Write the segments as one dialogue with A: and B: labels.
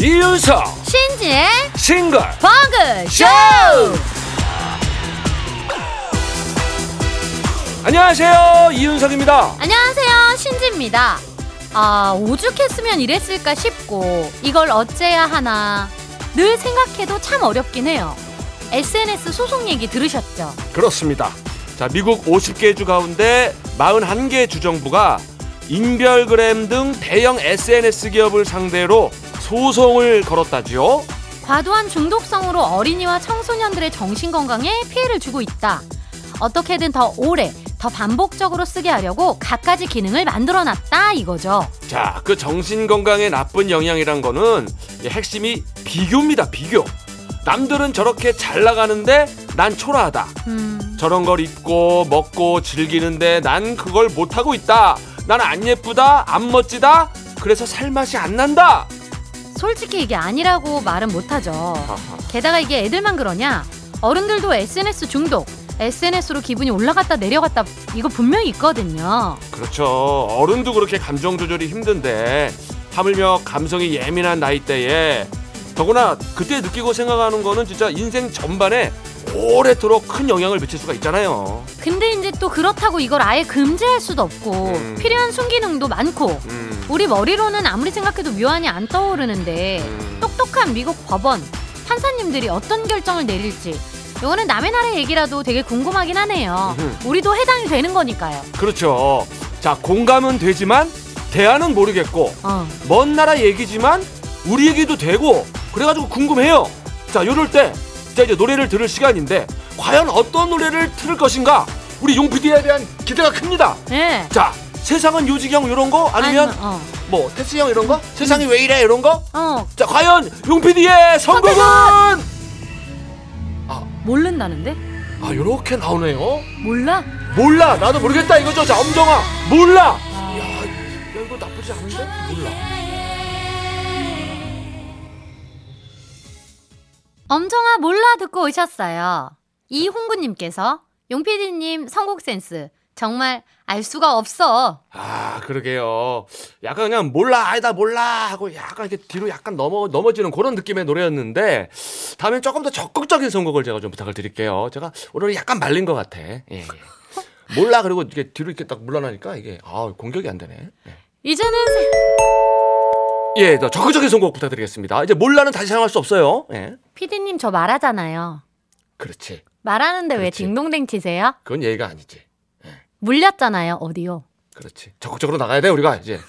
A: 윤정수
B: 신지의
A: 싱글
B: 버그쇼!
A: 안녕하세요 이윤석입니다
B: 안녕하세요, 신지입니다. 아, 오죽했으면 이랬을까 싶고, 이걸 어째야 하나. 늘 생각해도 참 어렵긴 해요. SNS 소송 얘기 들으셨죠?
A: 그렇습니다 자 미국 50개 주 가운데 41개 주정부가 인별그램 등 대형 SNS 기업을 상대로 소송을 걸었다지요
B: 과도한 중독성으로 어린이와 청소년들의 정신건강에 피해를 주고 있다. 어떻게든 더 오래, 더 반복적으로 쓰게 하려고 갖가지 기능을 만들어 놨다 이거죠.
A: 자 그 정신건강에 나쁜 영향이란 거는 이 핵심이 비교입니다 비교 남들은 저렇게 잘 나가는데 난 초라하다
B: 음,
A: 저런 걸 입고 먹고 즐기는데 난 그걸 못하고 있다. 난 안 예쁘다, 안 멋지다. 그래서 살 맛이 안 난다.
B: 솔직히 이게 아니라고 말은 못하죠. 게다가 이게 애들만 그러냐? 어른들도 SNS 중독, SNS로 기분이 올라갔다 내려갔다 이거 분명히 있거든요.
A: 그렇죠. 어른도 그렇게 감정 조절이 힘든데 하물며 감성이 예민한 나이대에 더구나 그때 느끼고 생각하는 거는 진짜 인생 전반에 오래도록 큰 영향을 미칠 수가 있잖아요.
B: 근데 이제 또 그렇다고 이걸 아예 금지할 수도 없고
A: 음.
B: 필요한 순기능도 많고
A: 음,
B: 우리 머리로는 아무리 생각해도 묘안이 안 떠오르는데
A: 음.
B: 똑똑한 미국 법원 판사님들이 어떤 결정을 내릴지 이거는 남의 나라 얘기라도 되게 궁금하긴 하네요.
A: 음흠.
B: 우리도 해당이 되는 거니까요.
A: 그렇죠. 자, 공감은 되지만 대안은 모르겠고
B: 어.
A: 먼 나라 얘기지만 우리 얘기도 되고 그래가지고 궁금해요. 자 이럴 때 자, 이제 노래를 들을 시간인데 과연 어떤 노래를 틀을 것인가 우리 용 PD에 대한 기대가 큽니다.
B: 예.
A: 자 세상은 요지경 이런 거 아니면
B: 아니면, 어.
A: 뭐 태스 형 이런 거 세상이 왜 이래 이런 거.
B: 어
A: 자 과연 용 PD의 선곡은
B: 모른다는데?
A: 아 요렇게 나오네요.
B: 몰라?
A: 몰라 나도 모르겠다 이거죠. 자 엄정아 몰라. 야, 야 이거 나쁘지 않은데 몰라.
B: 엄정아 몰라 듣고 오셨어요. 이홍구님께서 용PD님 선곡 센스 정말 알 수가 없어.
A: 아, 그러게요. 약간 그냥 몰라, 아니다, 몰라 하고 약간 이렇게 뒤로 약간 넘어, 넘어지는 그런 느낌의 노래였는데, 다음엔 조금 더 적극적인 선곡을 제가 좀 부탁을 드릴게요. 제가 오늘 약간 말린 것 같아. 예, 예. 몰라, 그리고 이렇게 뒤로 이렇게 딱 물러나니까 이게, 아, 공격이 안 되네. 예.
B: 이제는 세-
A: 예, 더 적극적인 선곡 부탁드리겠습니다. 이제 몰라는 다시 사용할 수 없어요. 예.
B: PD님 저 말하잖아요.
A: 그렇지.
B: 말하는데 왜
A: 그렇지.
B: 딩동댕 치세요?
A: 그건 예의가 아니지.
B: 물렸잖아요 어디요?
A: 그렇지. 적극적으로 나가야 돼, 우리가 이제.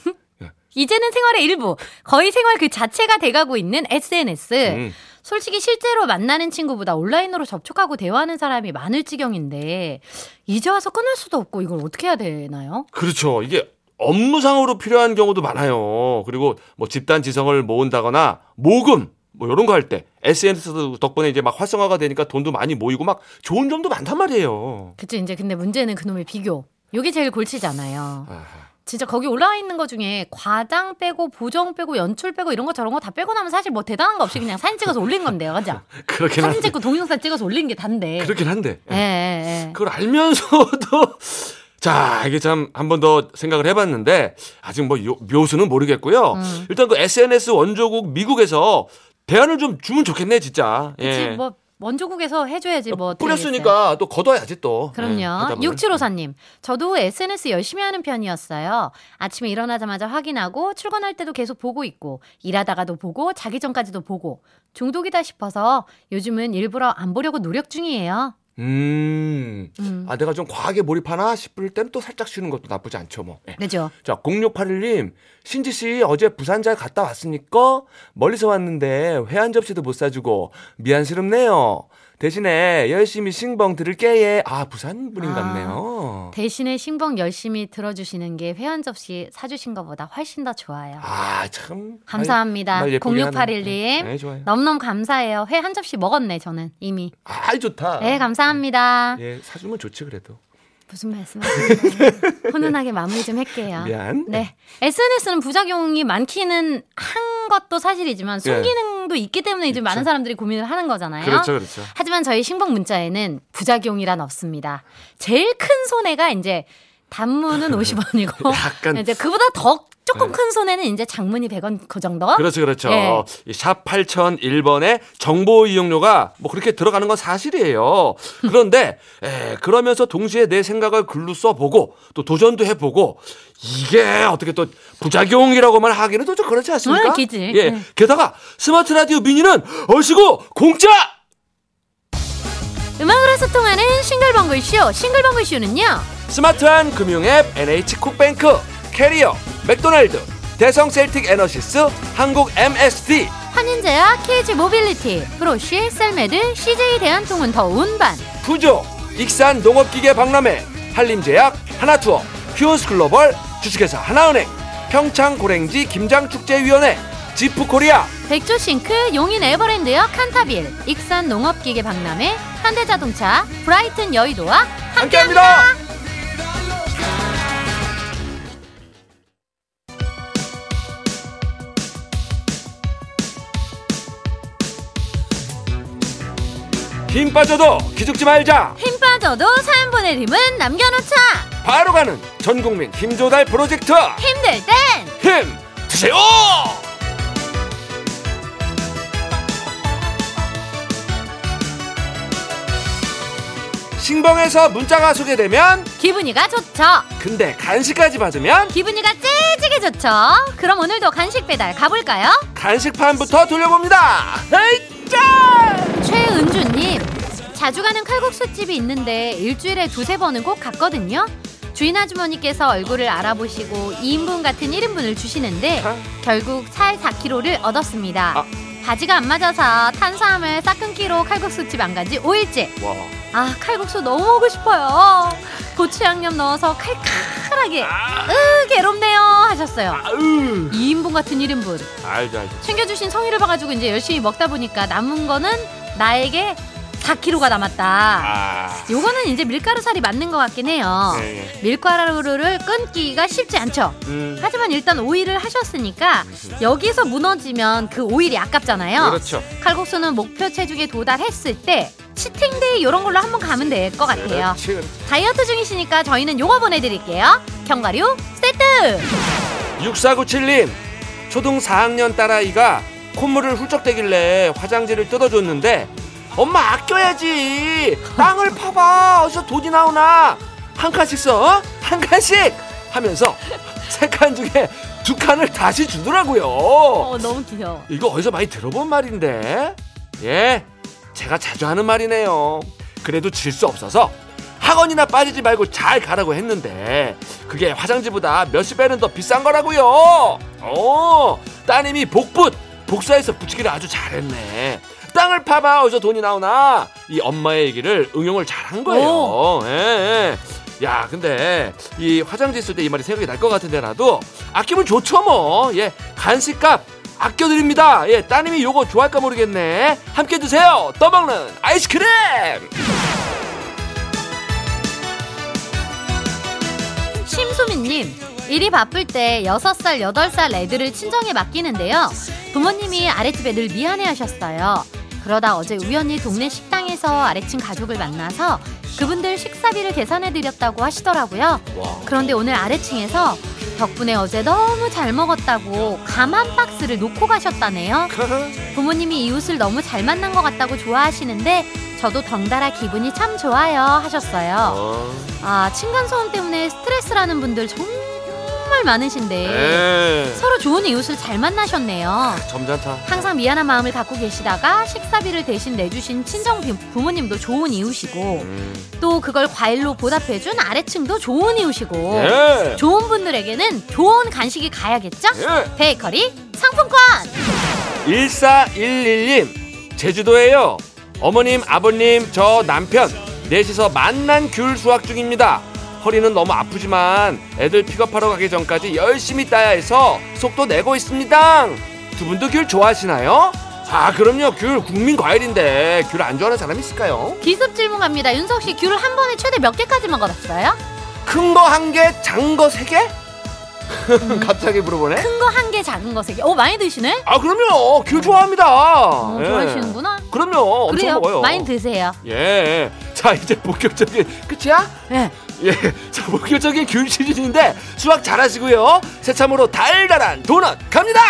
B: 이제는 생활의 일부, 거의 생활 그 자체가 돼가고 있는 SNS.
A: 음.
B: 솔직히 실제로 만나는 친구보다 온라인으로 접촉하고 대화하는 사람이 많을 지경인데 이제 와서 끊을 수도 없고 이걸 어떻게 해야 되나요?
A: 그렇죠. 이게 업무상으로 필요한 경우도 많아요. 그리고 뭐 집단 지성을 모은다거나 모금 뭐 이런 거 할 때 SNS 덕분에 이제 막 활성화가 되니까 돈도 많이 모이고 막 좋은 점도 많단 말이에요.
B: 그치 이제 근데 문제는 그놈의 비교. 요게 제일 골치잖아요.
A: 아,
B: 진짜 거기 올라와 있는 거 중에 과장 빼고 보정 빼고 연출 빼고 이런 거 저런 거 다 빼고 나면 사실 뭐 대단한 거 없이 그냥 사진 찍어서 올린 건데요, 그죠?
A: 그렇긴
B: 사진
A: 한데.
B: 찍고 동영상 찍어서 올린 게 단데.
A: 그렇긴 한데.
B: 예, 예, 예.
A: 그걸 알면서도 자 이게 참 한 번 더 생각을 해봤는데 아직 뭐 요- 묘수는 모르겠고요.
B: 음.
A: 일단 그 SNS 원조국 미국에서 대안을 좀 주면 좋겠네 진짜.
B: 그치 뭐 원조국에서 해줘야지 뭐. 어떻게 되겠어요.
A: 예. 뿌렸으니까 또 걷어야지 또. 예,
B: 그럼요.
A: 그러다 보면.
B: 6754님. 저도 SNS 열심히 하는 편이었어요. 아침에 일어나자마자 확인하고 출근할 때도 계속 보고 있고 일하다가도 보고 자기 전까지도 보고 중독이다 싶어서 요즘은 일부러 안 보려고 노력 중이에요.
A: 음.
B: 음.
A: 아, 내가 좀 과하게 몰입하나 싶을 땐 또 살짝 쉬는 것도 나쁘지 않죠, 뭐. 예.
B: 그죠?
A: 자, 0681님, 신지 씨 어제 부산 잘 갔다 왔습니까? 멀리서 왔는데 회 한 접시도 못 사주고 미안스럽네요. 대신에 열심히 싱벙 들을게예. 아, 부산 분인
B: 아.
A: 같네요.
B: 대신에 신봉 열심히 들어주시는 게 회원 접시 사주신 것보다 훨씬 더 좋아요.
A: 아, 참.
B: 감사합니다.
A: 말 예쁘게
B: 0681
A: 하네.
B: 님.
A: 네, 좋아요.
B: 너무너무 감사해요. 회 한 접시 먹었네, 저는 이미.
A: 아, 좋다.
B: 네, 감사합니다.
A: 예, 사주면 좋지, 그래도.
B: 무슨 말씀하세요? 훈훈하게 마무리 좀 할게요.
A: 미안.
B: 네. SNS는 부작용이 많기는 한 것도 사실이지만 순기능도 있기 때문에 이제
A: 그렇죠.
B: 많은 사람들이 고민을 하는 거잖아요.
A: 네. 그렇죠, 그렇죠.
B: 하지만 저희 신봉 문자에는 부작용이란 없습니다. 제일 큰 손해가 이제 단문은 50원이고
A: 약간- 네.
B: 이제 그보다 더 조금 큰 손에는 이제 장문이 100원 그 정도.
A: 그렇죠, 그렇죠.
B: 예.
A: 이샵 8001번에 정보 이용료가 뭐 그렇게 들어가는 건 사실이에요. 그런데, 에, 그러면서 동시에 내 생각을 글로 써보고 또 도전도 해보고 이게 어떻게 또 부작용이라고만 하기는 또 좀 그렇지 않습니까?
B: 어, 기지.
A: 예.
B: 예.
A: 게다가 스마트 라디오 미니는 얼씨구 공짜!
B: 음악으로 소통하는 싱글벙글 쇼. 싱글벙글 쇼는요.
A: 스마트한 금융 앱 NH콕뱅크, 캐리어, 맥도날드, 대성 셀틱 에너시스, 한국 MSD,
B: 환인제약, KG 모빌리티, 프로쉬, 셀메드, CJ 대한통운 더 운반.
A: 푸조, 익산 농업기계 박람회, 한림제약, 하나투어, 휴스 글로벌, 주식회사 하나은행, 평창 고랭지 김장축제위원회, 지프코리아,
B: 백조싱크, 용인 에버랜드역, 칸타빌, 익산 농업기계 박람회, 현대자동차, 브라이튼 여의도와
A: 함께합니다. 힘 빠져도 기죽지 말자.
B: 힘 빠져도 사연 보낼 힘은 남겨놓자.
A: 바로 가는 전국민 힘조달 프로젝트
B: 힘들 땐
A: 힘 드세요. 신봉에서 문자가 소개되면
B: 기분이가 좋죠.
A: 근데 간식까지 받으면
B: 기분이가 째지게 좋죠. 그럼 오늘도 간식 배달 가볼까요?
A: 간식판부터 돌려봅니다. 헤이짜!
B: 최은주님 자주 가는 칼국수집이 있는데 일주일에 두세 번은 꼭 갔거든요 주인 아주머니께서 얼굴을 알아보시고 2인분 같은 1인분을 주시는데
A: 아.
B: 결국 살 4kg를 얻었습니다
A: 아.
B: 바지가 안 맞아서 탄수화물 싹 끊기로 칼국수집 안 간 지 5일째
A: 와.
B: 아 칼국수 너무 먹고 싶어요 고추 양념 넣어서 칼칼하게
A: 아,
B: 으 괴롭네요 하셨어요
A: 아으.
B: 2인분 같은 1인분
A: 알죠, 알죠.
B: 챙겨주신 성의를 봐가지고 이제 열심히 먹다 보니까 남은 거는 나에게 4kg가 남았다.
A: 아.
B: 요거는 이제 밀가루 살이 맞는 것 같긴 해요.
A: 네.
B: 밀가루를 끊기가 쉽지 않죠.
A: 음.
B: 하지만 일단 오일을 하셨으니까 여기서 무너지면 그 오일이 아깝잖아요.
A: 그렇죠.
B: 칼국수는 목표 체중에 도달했을 때 치팅데이 이런 걸로 한번 가면 될 것 같아요.
A: 그렇죠.
B: 다이어트 중이시니까 저희는 요거 보내드릴게요. 견과류 세트!
A: 6497님 초등 4학년 딸아이가 콧물을 훌쩍대길래 화장지를 뜯어줬는데 엄마 아껴야지 땅을 파봐 어디서 돈이 나오나 한 칸씩 써한 칸씩 하면서 세 칸 중에 두 칸을 다시 주더라고요
B: 어, 너무 귀여워.
A: 이거 어디서 많이 들어본 말인데 예 제가 자주 하는 말이네요 그래도 질 수 없어서 학원이나 빠지지 말고 잘 가라고 했는데 그게 화장지보다 몇십 배는 더 비싼 거라고요 어 따님이 복붙 복사해서 붙이기를 아주 잘했네 땅을 파봐 어디서 돈이 나오나 이 엄마의 얘기를 응용을 잘한 거예요 예, 예. 야 근데 이 화장지 있을 때 이 말이 생각이 날 것 같은데라도 아끼면 좋죠 뭐예 간식값 아껴드립니다. 예, 따님이 요거 좋아할까 모르겠네. 함께 드세요. 떠먹는 아이스크림!
B: 심소민님 일이 바쁠 때 여섯 살 여덟 살 애들을 친정에 맡기는데요 부모님이 아랫집에 늘 미안해하셨어요 그러다 어제 우연히 동네 식당에서 아래층 가족을 만나서 그분들 식사비를 계산해드렸다고 하시더라고요
A: 와.
B: 그런데 오늘 아래층에서 덕분에 어제 너무 잘 먹었다고 감 한 박스를 놓고 가셨다네요 부모님이 이웃을 너무 잘 만난 것 같다고 좋아하시는데 저도 덩달아 기분이 참 좋아요 하셨어요
A: 어.
B: 아, 층간소음 때문에 스트레스라는 분들 정말 많으신데
A: 예.
B: 서로 좋은 이웃을 잘 만나셨네요.
A: 점잖다.
B: 항상 미안한 마음을 갖고 계시다가 식사비를 대신 내주신 친정 부- 부모님도 좋은 이웃이고
A: 음.
B: 또 그걸 과일로 보답해준 아래층도 좋은 이웃이고
A: 예.
B: 좋은 분들에게는 좋은 간식이 가야겠죠?
A: 예.
B: 베이커리 상품권!
A: 1411님, 제주도에요. 어머님, 아버님, 저 남편, 넷이서 만난 귤 수확 중입니다. 허리는 너무 아프지만 애들 픽업하러 가기 전까지 열심히 따야 해서 속도 내고 있습니다. 두 분도 귤 좋아하시나요? 아, 그럼요. 귤 국민 과일인데 귤 안 좋아하는 사람 있을까요?
B: 기습 질문 갑니다. 윤석 씨 귤을 한 번에 최대 몇 개까지 먹어봤어요?
A: 큰 거 한 개, 작은 거 세 개? 갑자기 물어보네.
B: 큰 거 한 개 작은 거 세 개. 오 많이 드시네?
A: 아, 그럼요. 귤 좋아합니다.
B: 어,
A: 예.
B: 좋아하시는구나.
A: 그럼요. 엄청
B: 그래요.
A: 먹어요.
B: 많이 드세요.
A: 예. 자, 이제 본격적인 끝이야?
B: 네.
A: 예, 자, 본격적인 귤 시즌인데 수학 잘하시고요. 새참으로 달달한 도넛 갑니다.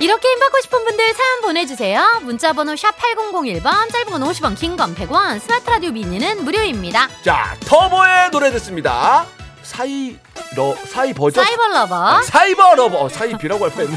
B: 이렇게 힘받고 싶은 분들 사연 보내주세요. 문자번호 샵 8001번, 짧은 건 50원, 긴 건 100원, 스마트 라디오 미니는 무료입니다.
A: 자, 터보의 노래 듣습니다. 사이 러 사이 버죠?
B: 사이버 러버.
A: 아, 사이버 러버 어, 사이 비라고 할 뻔했네.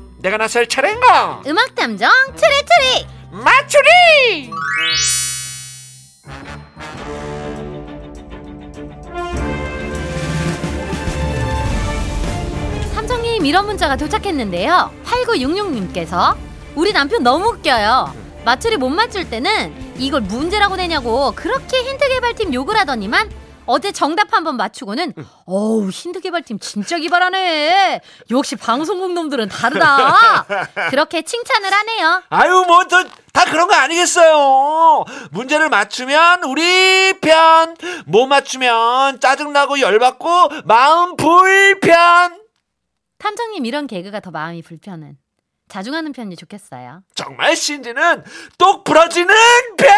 A: 내가 나설 차례인가?
B: 음악 탐정 추리추리.
A: 맞추리!
B: 삼성님 이런 문자가 도착했는데요. 8966님께서 우리 남편 너무 웃겨요. 맞추리 못 맞출 때는 이걸 문제라고 내냐고 그렇게 힌트 개발팀 욕을 하더니만 어제 정답 한번 맞추고는 어우 힌트 개발팀 진짜 기발하네. 역시 방송국 놈들은 다르다. 그렇게 칭찬을 하네요.
A: 아유 뭐 더 다 그런 거 아니겠어요. 문제를 맞추면 우리 편, 못 맞추면 짜증나고 열받고 마음 불편.
B: 탐정님 이런 개그가 더 마음이 불편은 자중하는 편이 좋겠어요.
A: 정말 신지는 똑 부러지는 편.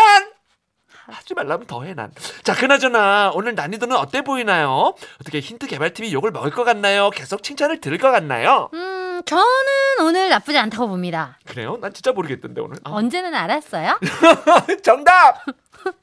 A: 하지 말라면 더해 난. 자 그나저나 오늘 난이도는 어때 보이나요? 어떻게 힌트 개발팀이 욕을 먹을 것 같나요? 계속 칭찬을 들을 것 같나요?
B: 음 저는 오늘 나쁘지 않다고 봅니다.
A: 그래요? 난 진짜 모르겠던데 오늘. 아.
B: 언제는 알았어요?
A: 정답.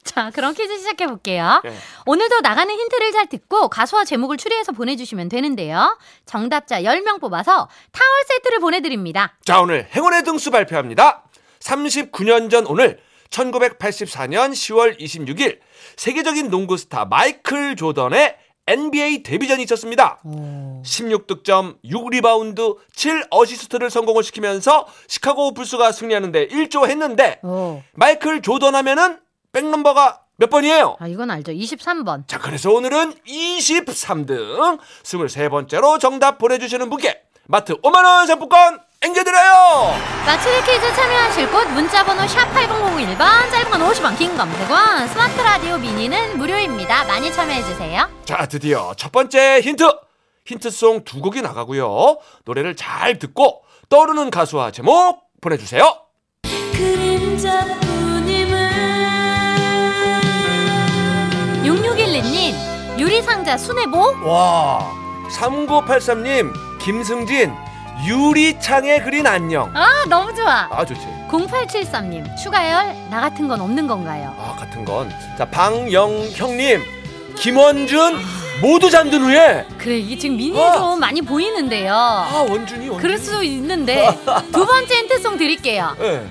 B: 자, 그럼 퀴즈 시작해 볼게요.
A: 네.
B: 오늘도 나가는 힌트를 잘 듣고 가수와 제목을 추리해서 보내주시면 되는데요. 정답자 10명 뽑아서 타월 세트를 보내드립니다.
A: 자, 오늘 행운의 등수 발표합니다. 39년 전 오늘 1984년 10월 26일 세계적인 농구 스타 마이클 조던의 NBA 데뷔전이 있었습니다. 16득점, 6리바운드, 7어시스트를 성공을 시키면서 시카고 불스가 승리하는데 1조했는데
B: 오.
A: 마이클 조던 하면은 백넘버가 몇 번이에요?
B: 아, 이건 알죠. 23번.
A: 자, 그래서 오늘은 23등 23번째로 정답 보내주시는 분께 마트 5만원 상품권 앵겨드려요!
B: 마추리 퀴즈 참여하실 곳 문자번호 샵 8001번, 짧은 건 50원, 긴 건 100원, 스마트 라디오 미니는 무료입니다. 많이 참여해주세요.
A: 자, 드디어 첫 번째 힌트. 힌트송 두 곡이 나가고요. 노래를 잘 듣고 떠오르는 가수와 제목 보내주세요.
B: 그림자뿐임을 6611님, 유리상자 수뇌보?
A: 와, 3983님, 김승진, 유리창에 그린 안녕.
B: 아, 너무 좋아.
A: 아, 좋지.
B: 0873님 추가열 나 같은 건 없는 건가요?
A: 아, 같은 건. 자, 방영형님, 김원준, 모두 잠든 후에.
B: 그래 이게 지금
A: 어!
B: 미니에 좀 많이 보이는데요.
A: 아, 원준이, 원준.
B: 그럴 수도 있는데 두 번째 힌트송 드릴게요.
A: 예.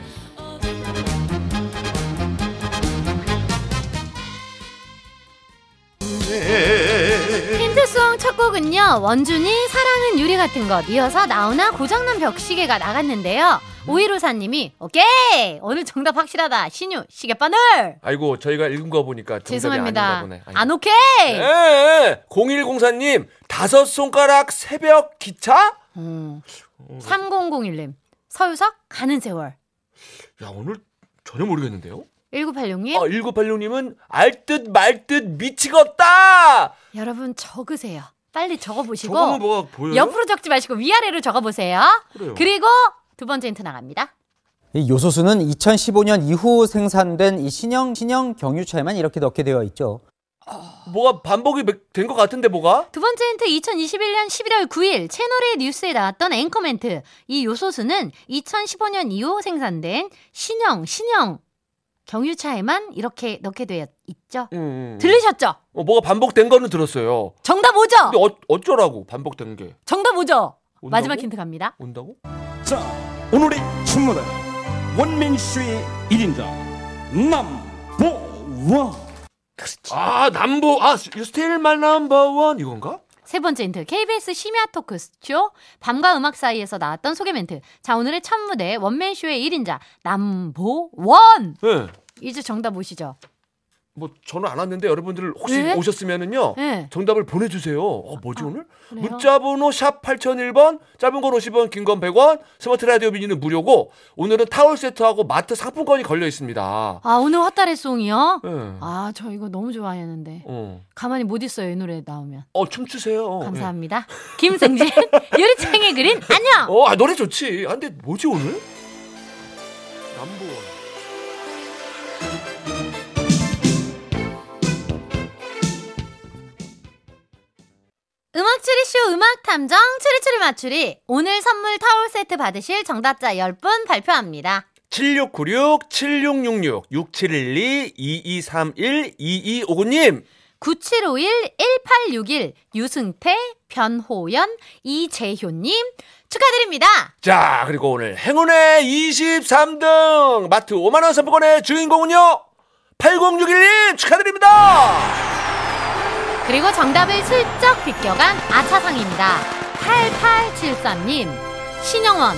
B: 힌트송 첫 곡은요 원준이 사랑은 유리 같은 것 이어서 나훈아 고장난 벽시계가 나갔는데요. 오일호사님이 오케이 오늘 정답 확실하다 신유 시계바늘
A: 아이고, 저희가 읽은 거 보니까 정답이 아닌가
B: 죄송합니다
A: 보네. 아이고.
B: 안 오케이
A: 예, 0104님, 다섯 손가락 새벽 기차?
B: 음.
A: 어.
B: 3001님 서유석 가는 세월
A: 야, 오늘 전혀 모르겠는데요?
B: 1986님
A: 아, 1986님은 알 듯 말 듯 미치겠다!
B: 여러분 적으세요 빨리 적어보시고
A: 저거는 뭐가 보여요?
B: 옆으로 적지 마시고 위아래로 적어보세요.
A: 그래요.
B: 그리고두 번째 힌트 나갑니다.
C: 이 요소수는 2015년 이후 생산된 이 신형 신형 경유차에만 이렇게 넣게 되어 있죠.
A: 뭐가 반복이 된 것 같은데, 뭐가?
B: 두 번째 힌트 2021년 11월 9일 채널의 뉴스에 나왔던 앵커 멘트. 이 요소수는 2015년 이후 생산된 신형 신형 경유차에만 이렇게 넣게 되어 있죠.
A: 음.
B: 들리셨죠?
A: 어, 뭐가 반복된 거는 들었어요.
B: 정답 오죠?
A: 근데 어, 어쩌라고, 반복된 게.
B: 정답 오죠?
A: 온다고?
B: 마지막 힌트 갑니다.
A: 온다고?
D: 자, 오늘의 춤무는 원민쇼의 1인자 남보원
A: 아, 남보, 아, 스테일 말 넘버원, 이건가?
B: 세 번째 힌트 KBS 심야 토크쇼 밤과 음악 사이에서 나왔던 소개 멘트 자 오늘의 첫 무대 원맨쇼의 1인자 남보원
A: 예.
B: 이제 정답 보시죠
A: 뭐 저는 안 왔는데 여러분들 혹시
B: 네?
A: 오셨으면은요
B: 네. 아,
A: 정답을 보내주세요. 어 뭐지 오늘?
B: 그래요?
A: 문자번호 샵 #8001번 짧은 건 50원, 긴 건 100원. 스마트 라디오 미니는 무료고 오늘은 타월 세트하고 마트 상품권이 걸려 있습니다.
B: 아 오늘 화달의 송이요?
A: 예.
B: 아 저 이거 너무 좋아했는데
A: 어.
B: 가만히 못 있어요 이 노래 나오면
A: 어 춤추세요.
B: 감사합니다 김승진 유리창의 그린
A: 예.
B: 안녕
A: 어 아, 노래 좋지. 아, 근데 뭐지 오늘? 남보원.
B: 음악 추리쇼 음악 탐정 추리추리 맞추리 오늘 선물 타올 세트 받으실 정답자 10분 발표합니다
A: 7696-7666-6712-2231-2259님
B: 9751-1861 유승태, 변호연, 이재효님 축하드립니다.
A: 자, 그리고 오늘 행운의 23등 마트 5만원 상품권의 주인공은요, 8061님 축하드립니다!
B: 그리고 정답을 슬쩍 비껴간 아차상입니다. 8873님, 신영원,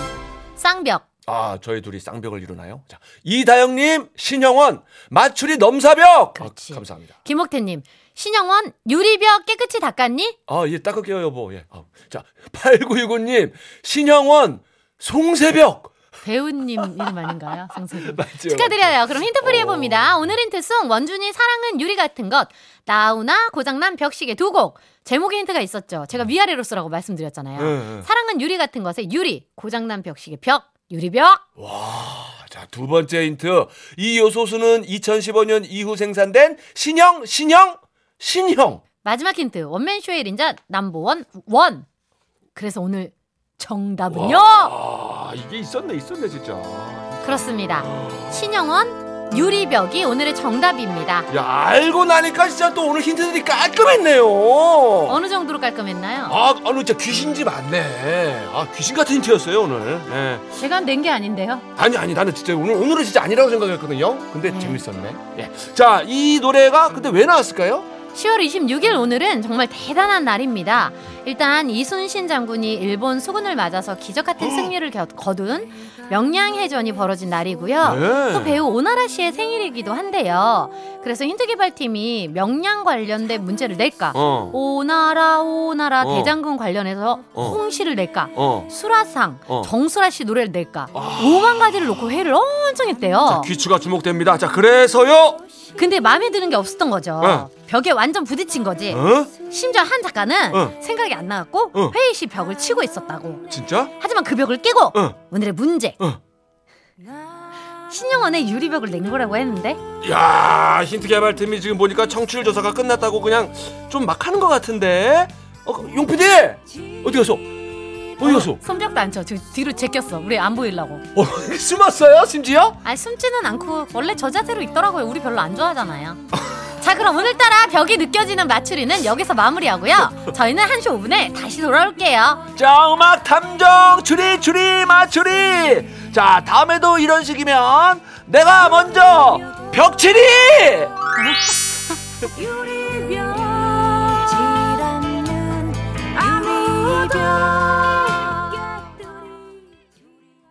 B: 쌍벽,
A: 아, 저희 둘이 쌍벽을 이루나요? 자, 이다영님, 신영원, 마추리 넘사벽!
B: 그렇지.
A: 아, 감사합니다.
B: 김옥태님, 신영원, 유리벽 깨끗이 닦았니?
A: 아, 예, 닦을게요, 여보. 예. 아, 자, 8969님, 신영원, 송새벽!
B: 배우님 이름 아닌가요? 성세님.
A: 맞죠?
B: 축하드려요. 그럼 힌트풀이
A: 어.
B: 해봅니다. 오늘 힌트송 원준이 사랑은 유리 같은 것 나우나 고장난 벽시계 두 곡 제목에 힌트가 있었죠. 제가 위아래로 쓰라고 말씀드렸잖아요.
A: 음. 네, 네.
B: 사랑은 유리 같은 것에 유리 고장난 벽시계 벽 유리벽
A: 아, 자, 두 번째 힌트. 이 요소수는 2015년 이후 생산된 신형, 신형, 신형.
B: 마지막 힌트 원맨쇼의 린자 남보원 원 그래서 오늘 정답은요
A: 아, 이게 있었네, 있었네, 진짜.
B: 그렇습니다. 신영원 유리벽이 오늘의 정답입니다.
A: 야 알고 나니까 진짜 또 오늘 힌트들이 깔끔했네요.
B: 어느 정도로 깔끔했나요?
A: 아, 아, 진짜 귀신집 맞네. 아, 귀신 같은 힌트였어요 오늘. 예.
B: 제가 낸 게 아닌데요.
A: 아니 아니 나는 진짜 오늘 오늘은 진짜 아니라고 생각했거든요. 근데
B: 네.
A: 재밌었네. 예. 자, 이 노래가 근데 왜 나왔을까요?
B: 10월 26일 오늘은 정말 대단한 날입니다. 일단 이순신 장군이 일본 수군을 맞아서 기적
A: 어.
B: 같은 승리를 겨- 거둔 명량해전이 벌어진 날이고요.
A: 네.
B: 또 배우 오나라 씨의 생일이기도 한데요. 그래서 힌트 개발팀이 명량 관련된 문제를 낼까?
A: 어.
B: 오나라 오나라
A: 어.
B: 대장군 관련해서
A: 어.
B: 홍시를 낼까?
A: 어.
B: 수라상
A: 어. 아.
B: 정수라 씨 노래를 낼까? 오만 가지를 놓고 회를 엄청 했대요.
A: 귀추가 주목됩니다. 자, 그래서요.
B: 근데 마음에 드는 게 없었던 거죠.
A: 어.
B: 벽에 완전 부딪힌 거지.
A: 어?
B: 심지어 한 작가는
A: 어.
B: 생각이 안 나갖고
A: 어.
B: 회의 시 벽을 치고 있었다고.
A: 진짜?
B: 하지만 그 벽을 깨고
A: 어.
B: 오늘의 문제.
A: 어.
B: 신영원의 유리벽을 낸 거라고 했는데
A: 야, 힌트 개발팀이 지금 보니까 청취율 조사가 끝났다고 그냥 좀 막 하는 것 같은데. 어, 용 PD. 어디 갔어? 어디 갔어?
B: 손벽도 안 쳐. 저 뒤로 제꼈어. 우리 안 보이려고.
A: 어, 숨었어요, 심지어?
B: 아 숨지는 않고 원래 저 자세로 있더라고요. 우리 별로 안 좋아하잖아요. 자 그럼 오늘따라 벽이 느껴지는 마추리는 여기서 마무리하고요. 저희는 1시 5분에 다시 돌아올게요.
A: 자, 음악 탐정 추리 추리 맞추리. 자, 다음에도 이런 식이면 내가 먼저 벽치리.
E: 지 않는 아무도